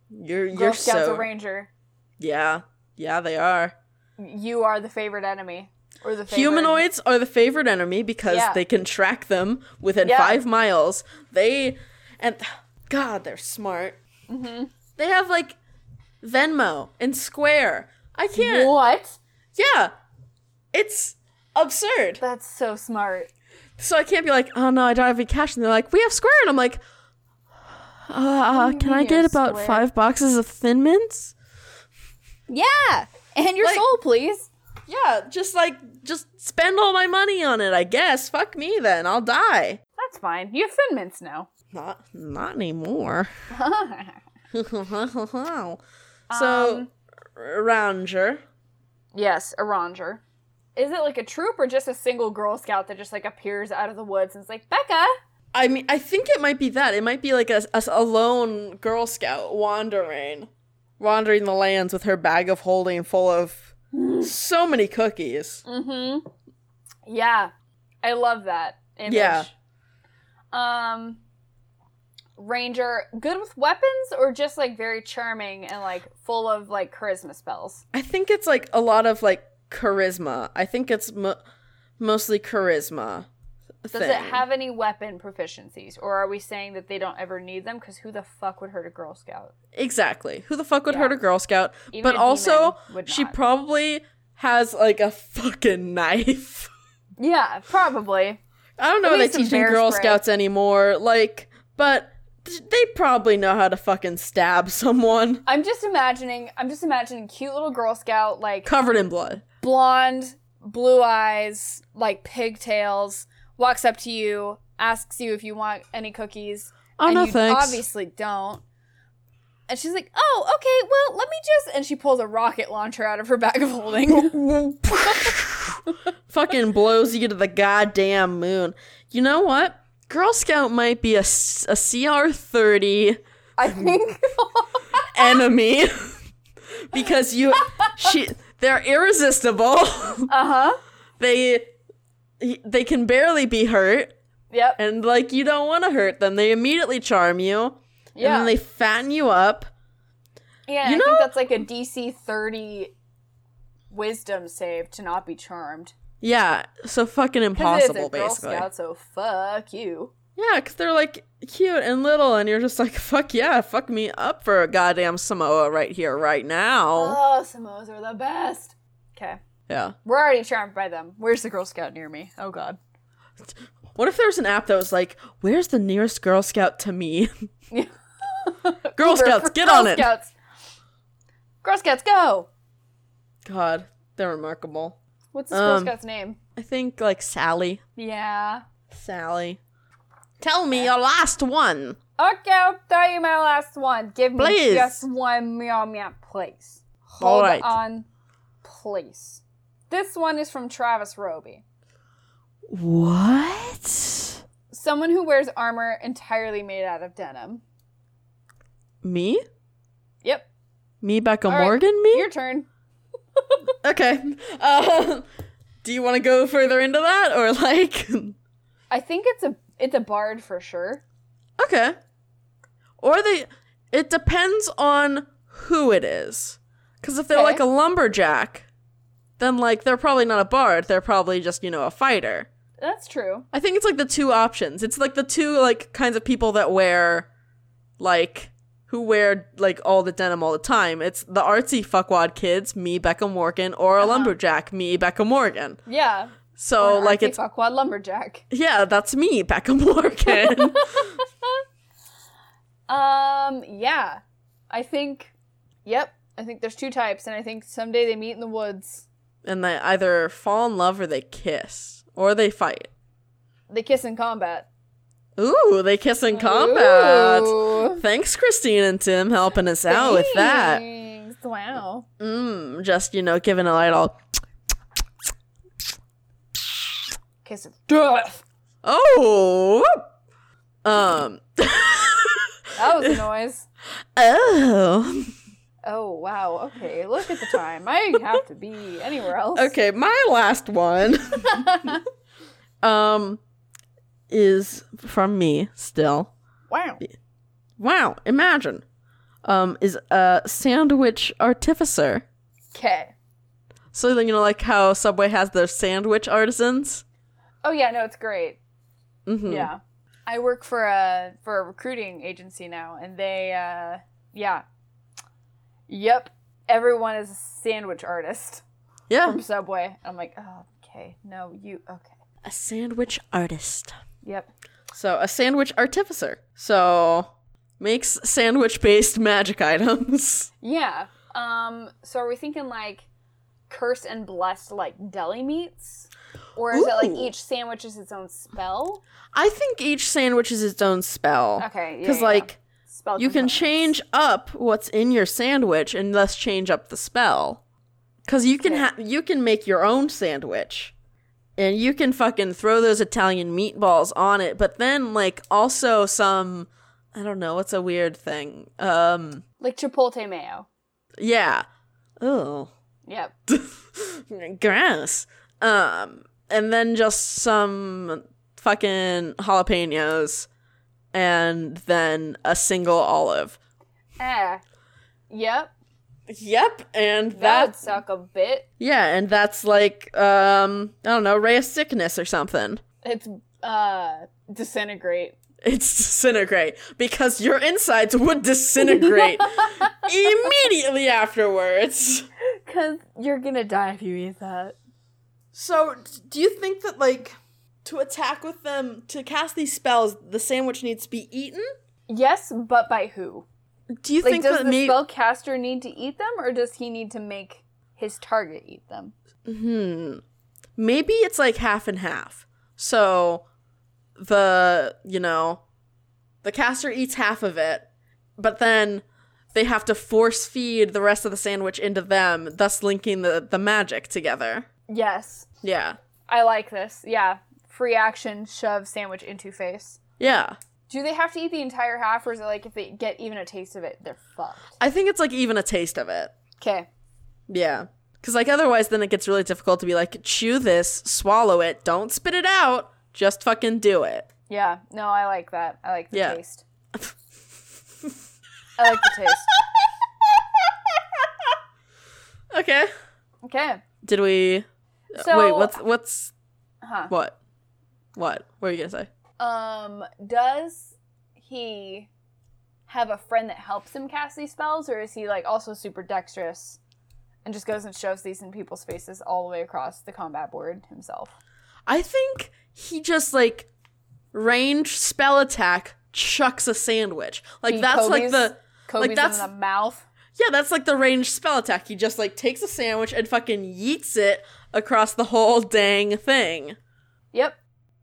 [SPEAKER 1] You're
[SPEAKER 2] Girl
[SPEAKER 1] you're
[SPEAKER 2] Scout's
[SPEAKER 1] so
[SPEAKER 2] a ranger.
[SPEAKER 1] yeah yeah they are.
[SPEAKER 2] You are the favorite enemy. Or the favorite.
[SPEAKER 1] Humanoids are the favorite enemy because
[SPEAKER 2] Yeah.
[SPEAKER 1] they can track them within
[SPEAKER 2] Yeah.
[SPEAKER 1] five miles. They and God, they're smart.
[SPEAKER 2] Mm-hmm.
[SPEAKER 1] They have like Venmo and Square. I can't.
[SPEAKER 2] What?
[SPEAKER 1] Yeah, it's absurd.
[SPEAKER 2] That's so smart.
[SPEAKER 1] So I can't be like, oh no, I don't have any cash. And they're like, we have Square, and I'm like, uh,
[SPEAKER 2] do you
[SPEAKER 1] can I
[SPEAKER 2] mean
[SPEAKER 1] get
[SPEAKER 2] you have
[SPEAKER 1] about
[SPEAKER 2] Square?
[SPEAKER 1] five boxes of Thin Mints?
[SPEAKER 2] Yeah. And your
[SPEAKER 1] Like-
[SPEAKER 2] soul, please.
[SPEAKER 1] Yeah, just like just spend all my money on it. I guess. Fuck me then. I'll die.
[SPEAKER 2] That's fine. You have thin mints now.
[SPEAKER 1] Not not anymore. so
[SPEAKER 2] Um,
[SPEAKER 1] r- Ranger.
[SPEAKER 2] yes, a ranger. Is it like a troop or just a single Girl Scout that just like appears out of the woods and is like, Becca?
[SPEAKER 1] I mean, I think it might be that. It might be like a, a- a lone Girl Scout wandering, wandering the lands with her bag of holding full of so many cookies.
[SPEAKER 2] Mm-hmm. Yeah. I love that image.
[SPEAKER 1] Yeah.
[SPEAKER 2] Um Ranger, good with weapons or just like very charming and like full of like charisma spells?
[SPEAKER 1] I think it's like a lot of like charisma. I think it's mo- mostly charisma.
[SPEAKER 2] Does it
[SPEAKER 1] thing.
[SPEAKER 2] have any weapon proficiencies? Or are we saying that they don't ever need them? Because who the fuck would hurt a Girl Scout?
[SPEAKER 1] Exactly. Who the fuck would
[SPEAKER 2] Yeah.
[SPEAKER 1] hurt a Girl Scout?
[SPEAKER 2] Even
[SPEAKER 1] but
[SPEAKER 2] a
[SPEAKER 1] also,
[SPEAKER 2] demon would
[SPEAKER 1] she
[SPEAKER 2] not.
[SPEAKER 1] probably has like a fucking knife.
[SPEAKER 2] Yeah, probably.
[SPEAKER 1] I don't know what they
[SPEAKER 2] least some
[SPEAKER 1] teach in
[SPEAKER 2] bear
[SPEAKER 1] Girl
[SPEAKER 2] spray.
[SPEAKER 1] Scouts anymore. Like, but th- they probably know how to fucking stab someone
[SPEAKER 2] I'm just imagining I'm just imagining cute little Girl Scout, like
[SPEAKER 1] covered in blood.
[SPEAKER 2] blonde, blue eyes, like pigtails, walks up to you, asks you if you want any cookies.
[SPEAKER 1] Oh
[SPEAKER 2] and
[SPEAKER 1] no,
[SPEAKER 2] you
[SPEAKER 1] thanks.
[SPEAKER 2] obviously don't. And she's like, "Oh, okay. Well, let me just." And she pulls a rocket launcher out of her bag of holding.
[SPEAKER 1] fucking blows you to the goddamn moon. You know what? Girl Scout might be a, s- a CR thirty
[SPEAKER 2] I think.
[SPEAKER 1] enemy because you she they're irresistible.
[SPEAKER 2] uh
[SPEAKER 1] Uh-huh.
[SPEAKER 2] huh.
[SPEAKER 1] they they can barely be hurt,
[SPEAKER 2] Yep.
[SPEAKER 1] and like you don't want to hurt them. They immediately charm you.
[SPEAKER 2] yeah.
[SPEAKER 1] And then they fatten you up.
[SPEAKER 2] yeah.
[SPEAKER 1] you
[SPEAKER 2] I
[SPEAKER 1] know-
[SPEAKER 2] think that's like a DC thirty wisdom save to not be charmed.
[SPEAKER 1] Yeah, so fucking
[SPEAKER 2] 'Cause it is a
[SPEAKER 1] impossible,
[SPEAKER 2] Girl
[SPEAKER 1] basically. Yeah,
[SPEAKER 2] Scout, so fuck you.
[SPEAKER 1] Yeah, because they're like cute and little, and you're just like, fuck yeah, fuck me up for a goddamn Samoa right here, right now.
[SPEAKER 2] Oh, Samoas are the best. Okay.
[SPEAKER 1] yeah.
[SPEAKER 2] We're already charmed by them. Where's the Girl Scout near me? Oh God.
[SPEAKER 1] What if there was an app that was like, where's the nearest Girl Scout to me? Girl
[SPEAKER 2] Uber
[SPEAKER 1] Scouts,
[SPEAKER 2] for
[SPEAKER 1] get
[SPEAKER 2] Girl
[SPEAKER 1] on it.
[SPEAKER 2] Scouts. Girl Scouts, go.
[SPEAKER 1] God, they're remarkable.
[SPEAKER 2] What's this Girl
[SPEAKER 1] Um,
[SPEAKER 2] Scout's name?
[SPEAKER 1] I think like Sally.
[SPEAKER 2] Yeah.
[SPEAKER 1] Sally. Tell me your last one.
[SPEAKER 2] Okay, I'll tell you my last one. Give me
[SPEAKER 1] Please.
[SPEAKER 2] just one meow meow, please.
[SPEAKER 1] All
[SPEAKER 2] Hold
[SPEAKER 1] right.
[SPEAKER 2] on, please. This one is from Travis Roby,
[SPEAKER 1] What?
[SPEAKER 2] someone who wears armor entirely made out of denim.
[SPEAKER 1] Me?
[SPEAKER 2] Yep.
[SPEAKER 1] Me, Becca
[SPEAKER 2] All right,
[SPEAKER 1] Morgan? Me?
[SPEAKER 2] Your turn.
[SPEAKER 1] Okay. Um, do you want to go further into that or like
[SPEAKER 2] I think it's a it's a bard for sure.
[SPEAKER 1] Okay. Or they it depends on who it is. Cuz if they're
[SPEAKER 2] Okay.
[SPEAKER 1] like a lumberjack, then like they're probably not a bard, they're probably just, you know, a fighter.
[SPEAKER 2] That's true.
[SPEAKER 1] I think it's like the two options. It's like the two like kinds of people that wear like who wear like all the denim all the time. It's the artsy fuckwad kids, me Becca Morgan, or a
[SPEAKER 2] Uh-huh.
[SPEAKER 1] lumberjack, me Becca Morgan.
[SPEAKER 2] Yeah.
[SPEAKER 1] So
[SPEAKER 2] Or an
[SPEAKER 1] Oh, like it's
[SPEAKER 2] Archie-Fuckwad lumberjack.
[SPEAKER 1] Yeah, that's me, Becca Morgan.
[SPEAKER 2] Um, yeah. I think yep. I think there's two types and I think someday they meet in the woods.
[SPEAKER 1] and they either fall in love or they kiss. Or they fight.
[SPEAKER 2] They kiss in combat.
[SPEAKER 1] Ooh, they kiss in combat.
[SPEAKER 2] Ooh.
[SPEAKER 1] Thanks, Christine and Tim, helping us out with that.
[SPEAKER 2] Thanks. Wow.
[SPEAKER 1] Mm, just, you know, giving a light all.
[SPEAKER 2] Kiss of death.
[SPEAKER 1] Oh! Um.
[SPEAKER 2] That was a noise.
[SPEAKER 1] Oh.
[SPEAKER 2] Oh wow. Okay. Look at the time. I have to be anywhere else.
[SPEAKER 1] Okay, my last one um, is from me still.
[SPEAKER 2] Wow.
[SPEAKER 1] Wow, imagine. Um, is a sandwich artificer.
[SPEAKER 2] Okay.
[SPEAKER 1] So you know, like how Subway has their sandwich artisans.
[SPEAKER 2] Oh yeah, no, it's great.
[SPEAKER 1] Mm-hmm.
[SPEAKER 2] Yeah. I work for a for a recruiting agency now and they uh yeah. Yep. Everyone is a sandwich artist
[SPEAKER 1] yeah,
[SPEAKER 2] from Subway. I'm like, oh, okay. No, you okay.
[SPEAKER 1] a sandwich artist.
[SPEAKER 2] Yep.
[SPEAKER 1] So a sandwich artificer. So makes sandwich-based magic items.
[SPEAKER 2] Yeah. Um so are we thinking like cursed and blessed like deli meats? Or is it like
[SPEAKER 1] Ooh.
[SPEAKER 2] each sandwich is its own spell?
[SPEAKER 1] I think each sandwich is its own spell.
[SPEAKER 2] Okay. yeah,
[SPEAKER 1] Because
[SPEAKER 2] yeah, yeah.
[SPEAKER 1] like
[SPEAKER 2] spell
[SPEAKER 1] you can
[SPEAKER 2] components.
[SPEAKER 1] change up what's in your sandwich and thus change up the spell. Cause you can
[SPEAKER 2] Okay.
[SPEAKER 1] ha- you can make your own sandwich. And you can fucking throw those Italian meatballs on it, but then like also some I don't know, what's a weird thing. Um
[SPEAKER 2] like chipotle mayo.
[SPEAKER 1] yeah. Oh.
[SPEAKER 2] Yep.
[SPEAKER 1] Gross. Um and then just some fucking jalapenos and then a single olive.
[SPEAKER 2] Eh. Yep.
[SPEAKER 1] Yep, and
[SPEAKER 2] That
[SPEAKER 1] that's
[SPEAKER 2] would suck a bit.
[SPEAKER 1] Yeah, and that's like um I don't know, ray of sickness or something.
[SPEAKER 2] It's uh disintegrate.
[SPEAKER 1] It's disintegrate because your insides would disintegrate immediately afterwards.
[SPEAKER 2] Cause you're gonna die if you eat that.
[SPEAKER 1] So, d- do you think that like to attack with them to cast these spells, the sandwich needs to be eaten?
[SPEAKER 2] Yes, but by who?
[SPEAKER 1] Do you
[SPEAKER 2] Like,
[SPEAKER 1] think
[SPEAKER 2] does
[SPEAKER 1] that
[SPEAKER 2] the
[SPEAKER 1] may-
[SPEAKER 2] spellcaster need to eat them, or does he need to make his target eat them?
[SPEAKER 1] Hmm. Maybe it's like half and half. So the, you know, the caster eats half of it, but then they have to force feed the rest of the sandwich into them, thus linking the, the magic together.
[SPEAKER 2] Yes,
[SPEAKER 1] Yeah.
[SPEAKER 2] I like this. Yeah, free action shove sandwich into face.
[SPEAKER 1] Yeah.
[SPEAKER 2] Do they have to eat the entire half, or is it like if they get even a taste of it, they're fucked?
[SPEAKER 1] I think it's like even a taste of it.
[SPEAKER 2] Okay.
[SPEAKER 1] Yeah. Because, like, otherwise, then it gets really difficult to be like, chew this, swallow it, don't spit it out, just fucking do it.
[SPEAKER 2] Yeah. No, I like that. I like the
[SPEAKER 1] Yeah.
[SPEAKER 2] taste. I like the taste.
[SPEAKER 1] Okay.
[SPEAKER 2] Okay.
[SPEAKER 1] Did we.
[SPEAKER 2] So
[SPEAKER 1] Wait, what's. what's
[SPEAKER 2] huh?
[SPEAKER 1] What? What? What are you gonna say?
[SPEAKER 2] Um, does he have a friend that helps him cast these spells, or is he like also super dexterous and just goes and shoves these in people's faces all the way across the combat board himself?
[SPEAKER 1] I think he just like range spell attack chucks a sandwich. Like
[SPEAKER 2] He
[SPEAKER 1] that's like
[SPEAKER 2] Kobe's-
[SPEAKER 1] the
[SPEAKER 2] Kobe's
[SPEAKER 1] that's-
[SPEAKER 2] in the mouth.
[SPEAKER 1] yeah, that's like the range spell attack. He just like takes a sandwich and fucking yeets it across the whole dang thing.
[SPEAKER 2] Yep.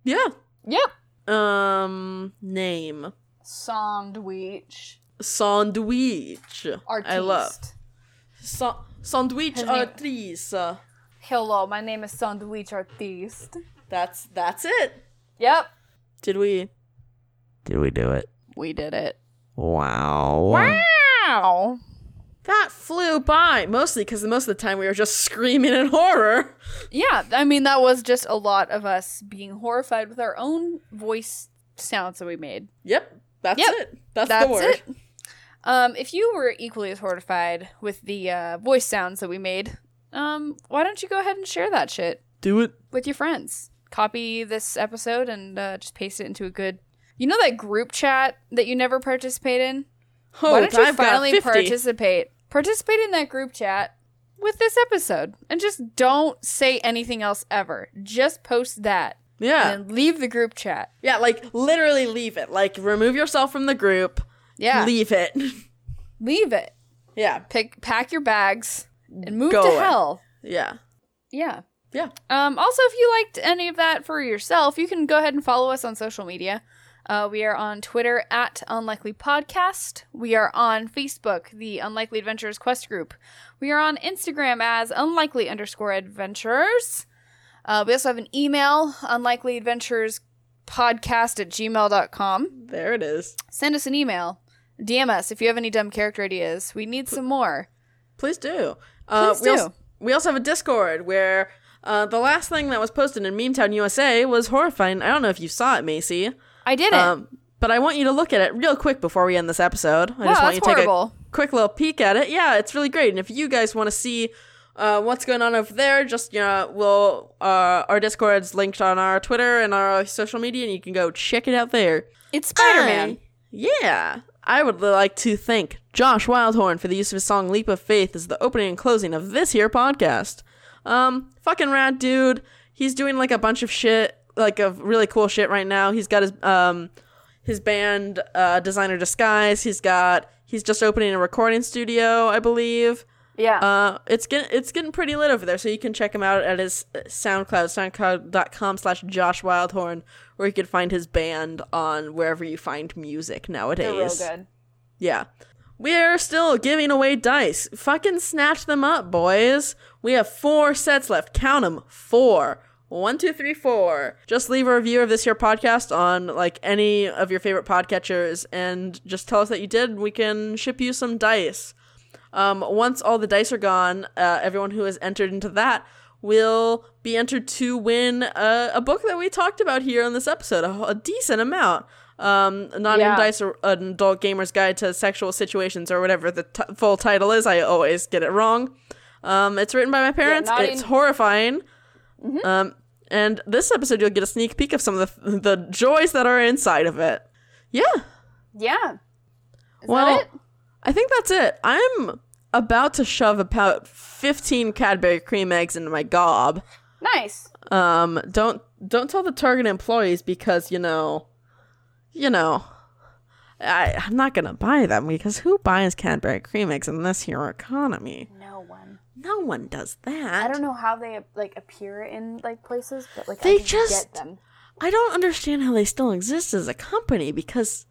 [SPEAKER 1] Yeah.
[SPEAKER 2] Yep.
[SPEAKER 1] Um name
[SPEAKER 2] Sandwich.
[SPEAKER 1] sandwich.
[SPEAKER 2] Artiste.
[SPEAKER 1] I love Sa- sandwich
[SPEAKER 2] His name-
[SPEAKER 1] artiste.
[SPEAKER 2] Hello, my name is Sandwich Artiste.
[SPEAKER 1] That's that's it.
[SPEAKER 2] Yep.
[SPEAKER 1] Did we?
[SPEAKER 3] Did we do it?
[SPEAKER 2] We did it.
[SPEAKER 3] Wow.
[SPEAKER 2] Wow.
[SPEAKER 1] That flew by mostly because most of the time we were just screaming in horror.
[SPEAKER 2] Yeah, I mean that was just a lot of us being horrified with our own voice sounds that we made.
[SPEAKER 1] Yep, that's
[SPEAKER 2] Yep,
[SPEAKER 1] it. That's,
[SPEAKER 2] That's
[SPEAKER 1] the word.
[SPEAKER 2] it. Um, if you were equally as horrified with the uh, voice sounds that we made, um, why don't you go ahead and share that shit
[SPEAKER 1] Do it.
[SPEAKER 2] with your friends? Copy this episode and uh, just paste it into a good. You know that group chat that you never participate in?
[SPEAKER 1] Oh,
[SPEAKER 2] why don't you
[SPEAKER 1] I've
[SPEAKER 2] finally
[SPEAKER 1] got 50.
[SPEAKER 2] participate? Participate in that group chat with this episode and just don't say anything else ever. Just post that
[SPEAKER 1] yeah,
[SPEAKER 2] and then leave the group chat.
[SPEAKER 1] yeah. Like literally, leave it. Like remove yourself from the group.
[SPEAKER 2] Yeah.
[SPEAKER 1] Leave it.
[SPEAKER 2] leave it.
[SPEAKER 1] yeah,
[SPEAKER 2] Pick pack your bags and move
[SPEAKER 1] Go
[SPEAKER 2] to
[SPEAKER 1] away.
[SPEAKER 2] hell.
[SPEAKER 1] yeah,
[SPEAKER 2] Yeah.
[SPEAKER 1] yeah.
[SPEAKER 2] Um, also, if you liked any of that for yourself, you can go ahead and follow us on social media. Uh, we are on Twitter at Unlikely Podcast. We are on Facebook, the Unlikely Adventurers Quest Group. We are on Instagram as Unlikely underscore Adventures. Uh, we also have an email, Unlikely Adventures Podcast at gmail.com.
[SPEAKER 1] There it is.
[SPEAKER 2] Send us an email. DM us if you have any dumb character ideas. We need some more.
[SPEAKER 1] Please do. Uh,
[SPEAKER 2] Please
[SPEAKER 1] we
[SPEAKER 2] do.
[SPEAKER 1] Also, we also have a Discord where Uh, the last thing that was posted in Memetown USA was horrifying. I don't know if you saw it, Macy.
[SPEAKER 2] I didn't.
[SPEAKER 1] Um, but I want you to look at it real quick before we end this episode. I just
[SPEAKER 2] wow,
[SPEAKER 1] want
[SPEAKER 2] that's
[SPEAKER 1] you to take
[SPEAKER 2] horrible.
[SPEAKER 1] a quick little peek at it. Yeah, it's really great. And if you guys want to see uh, what's going on over there, just you know, we'll uh, our Discord's linked on our Twitter and our social media, and you can go check it out there.
[SPEAKER 2] It's Spider Man.
[SPEAKER 1] I- yeah. I would like to thank Josh Wildhorn for the use of his song Leap of Faith as the opening and closing of this here podcast. Um, fucking rad dude. He's doing like a bunch of shit, like of really cool shit right now. He's got his um his band uh Designer Disguise. He's got he's just opening a recording studio, I believe.
[SPEAKER 2] Yeah.
[SPEAKER 1] Uh, it's getting it's getting pretty lit over there, so you can check him out at his uh, SoundCloud, soundcloud.com slash Josh Wildhorn, where you can find his band on wherever you find music nowadays.
[SPEAKER 2] They're real good.
[SPEAKER 1] Yeah. We're still giving away dice. Fucking snatch them up, boys. We have four sets left. Count them. Four. One, two, three, four. Just leave a review of this here podcast on like any of your favorite podcatchers and just tell us that you did. We can ship you some dice. Um, once all the dice are gone, uh, everyone who has entered into that will be entered to win a, a book that we talked about here on this episode, a, a decent amount. Um, not
[SPEAKER 2] Yeah.
[SPEAKER 1] even dice, or an adult gamer's guide to sexual situations, or whatever the t- full title is. I always get it wrong. Um, it's written by my parents.
[SPEAKER 2] not
[SPEAKER 1] it's
[SPEAKER 2] in- Mm-hmm.
[SPEAKER 1] horrifying. Um, and this episode, you'll get a sneak peek of some of the the joys that are inside of it. Yeah.
[SPEAKER 2] Yeah. Is
[SPEAKER 1] Well,
[SPEAKER 2] that it?
[SPEAKER 1] I think that's it. I'm about to shove about 15 Cadbury cream eggs into my gob.
[SPEAKER 2] Nice.
[SPEAKER 1] Um, don't don't tell the Target employees because you know, you know, I I'm not gonna buy them because who buys Cadbury cream eggs in this here economy?
[SPEAKER 2] No one.
[SPEAKER 1] No one does that.
[SPEAKER 2] I don't know how they like appear in like places, but like
[SPEAKER 1] They
[SPEAKER 2] I can
[SPEAKER 1] just-
[SPEAKER 2] get them.
[SPEAKER 1] I don't understand how they still exist as a company because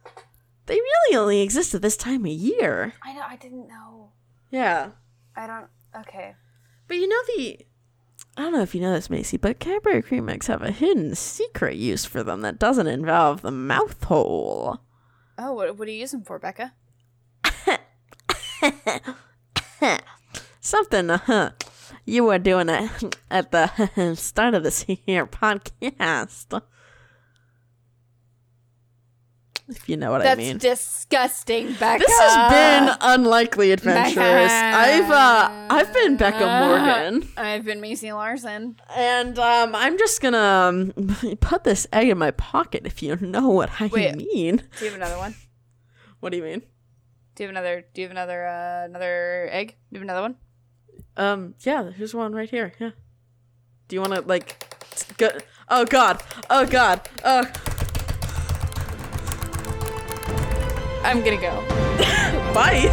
[SPEAKER 1] they really only exist at this time of year.
[SPEAKER 2] I know. I didn't know.
[SPEAKER 1] Yeah.
[SPEAKER 2] I don't. Okay.
[SPEAKER 1] But you know the I don't know if you know this, Macy, but Cadbury cream eggs have a hidden secret use for them that doesn't involve the mouth hole.
[SPEAKER 2] Oh, what, what do you use them for, Becca?
[SPEAKER 1] Something uh, huh, you were doing it at the start of this here podcast. If you know what I
[SPEAKER 2] That's
[SPEAKER 1] mean.
[SPEAKER 2] disgusting, Becca.
[SPEAKER 1] this has been unlikely adventurous. I've uh, I've been Becca Morgan.
[SPEAKER 2] I've been Macy Larson.
[SPEAKER 1] And um, I'm just gonna um, put this egg in my pocket if you know what I
[SPEAKER 2] Wait.
[SPEAKER 1] mean.
[SPEAKER 2] Do you have another one?
[SPEAKER 1] What do you mean?
[SPEAKER 2] Do you have another? Do you have another? Uh, another egg? Do you have another one?
[SPEAKER 1] Um, yeah, here's one right here. Yeah. Do you want to like? s- Go- oh God! Oh God! Oh.
[SPEAKER 2] I'm gonna go.
[SPEAKER 1] Bye.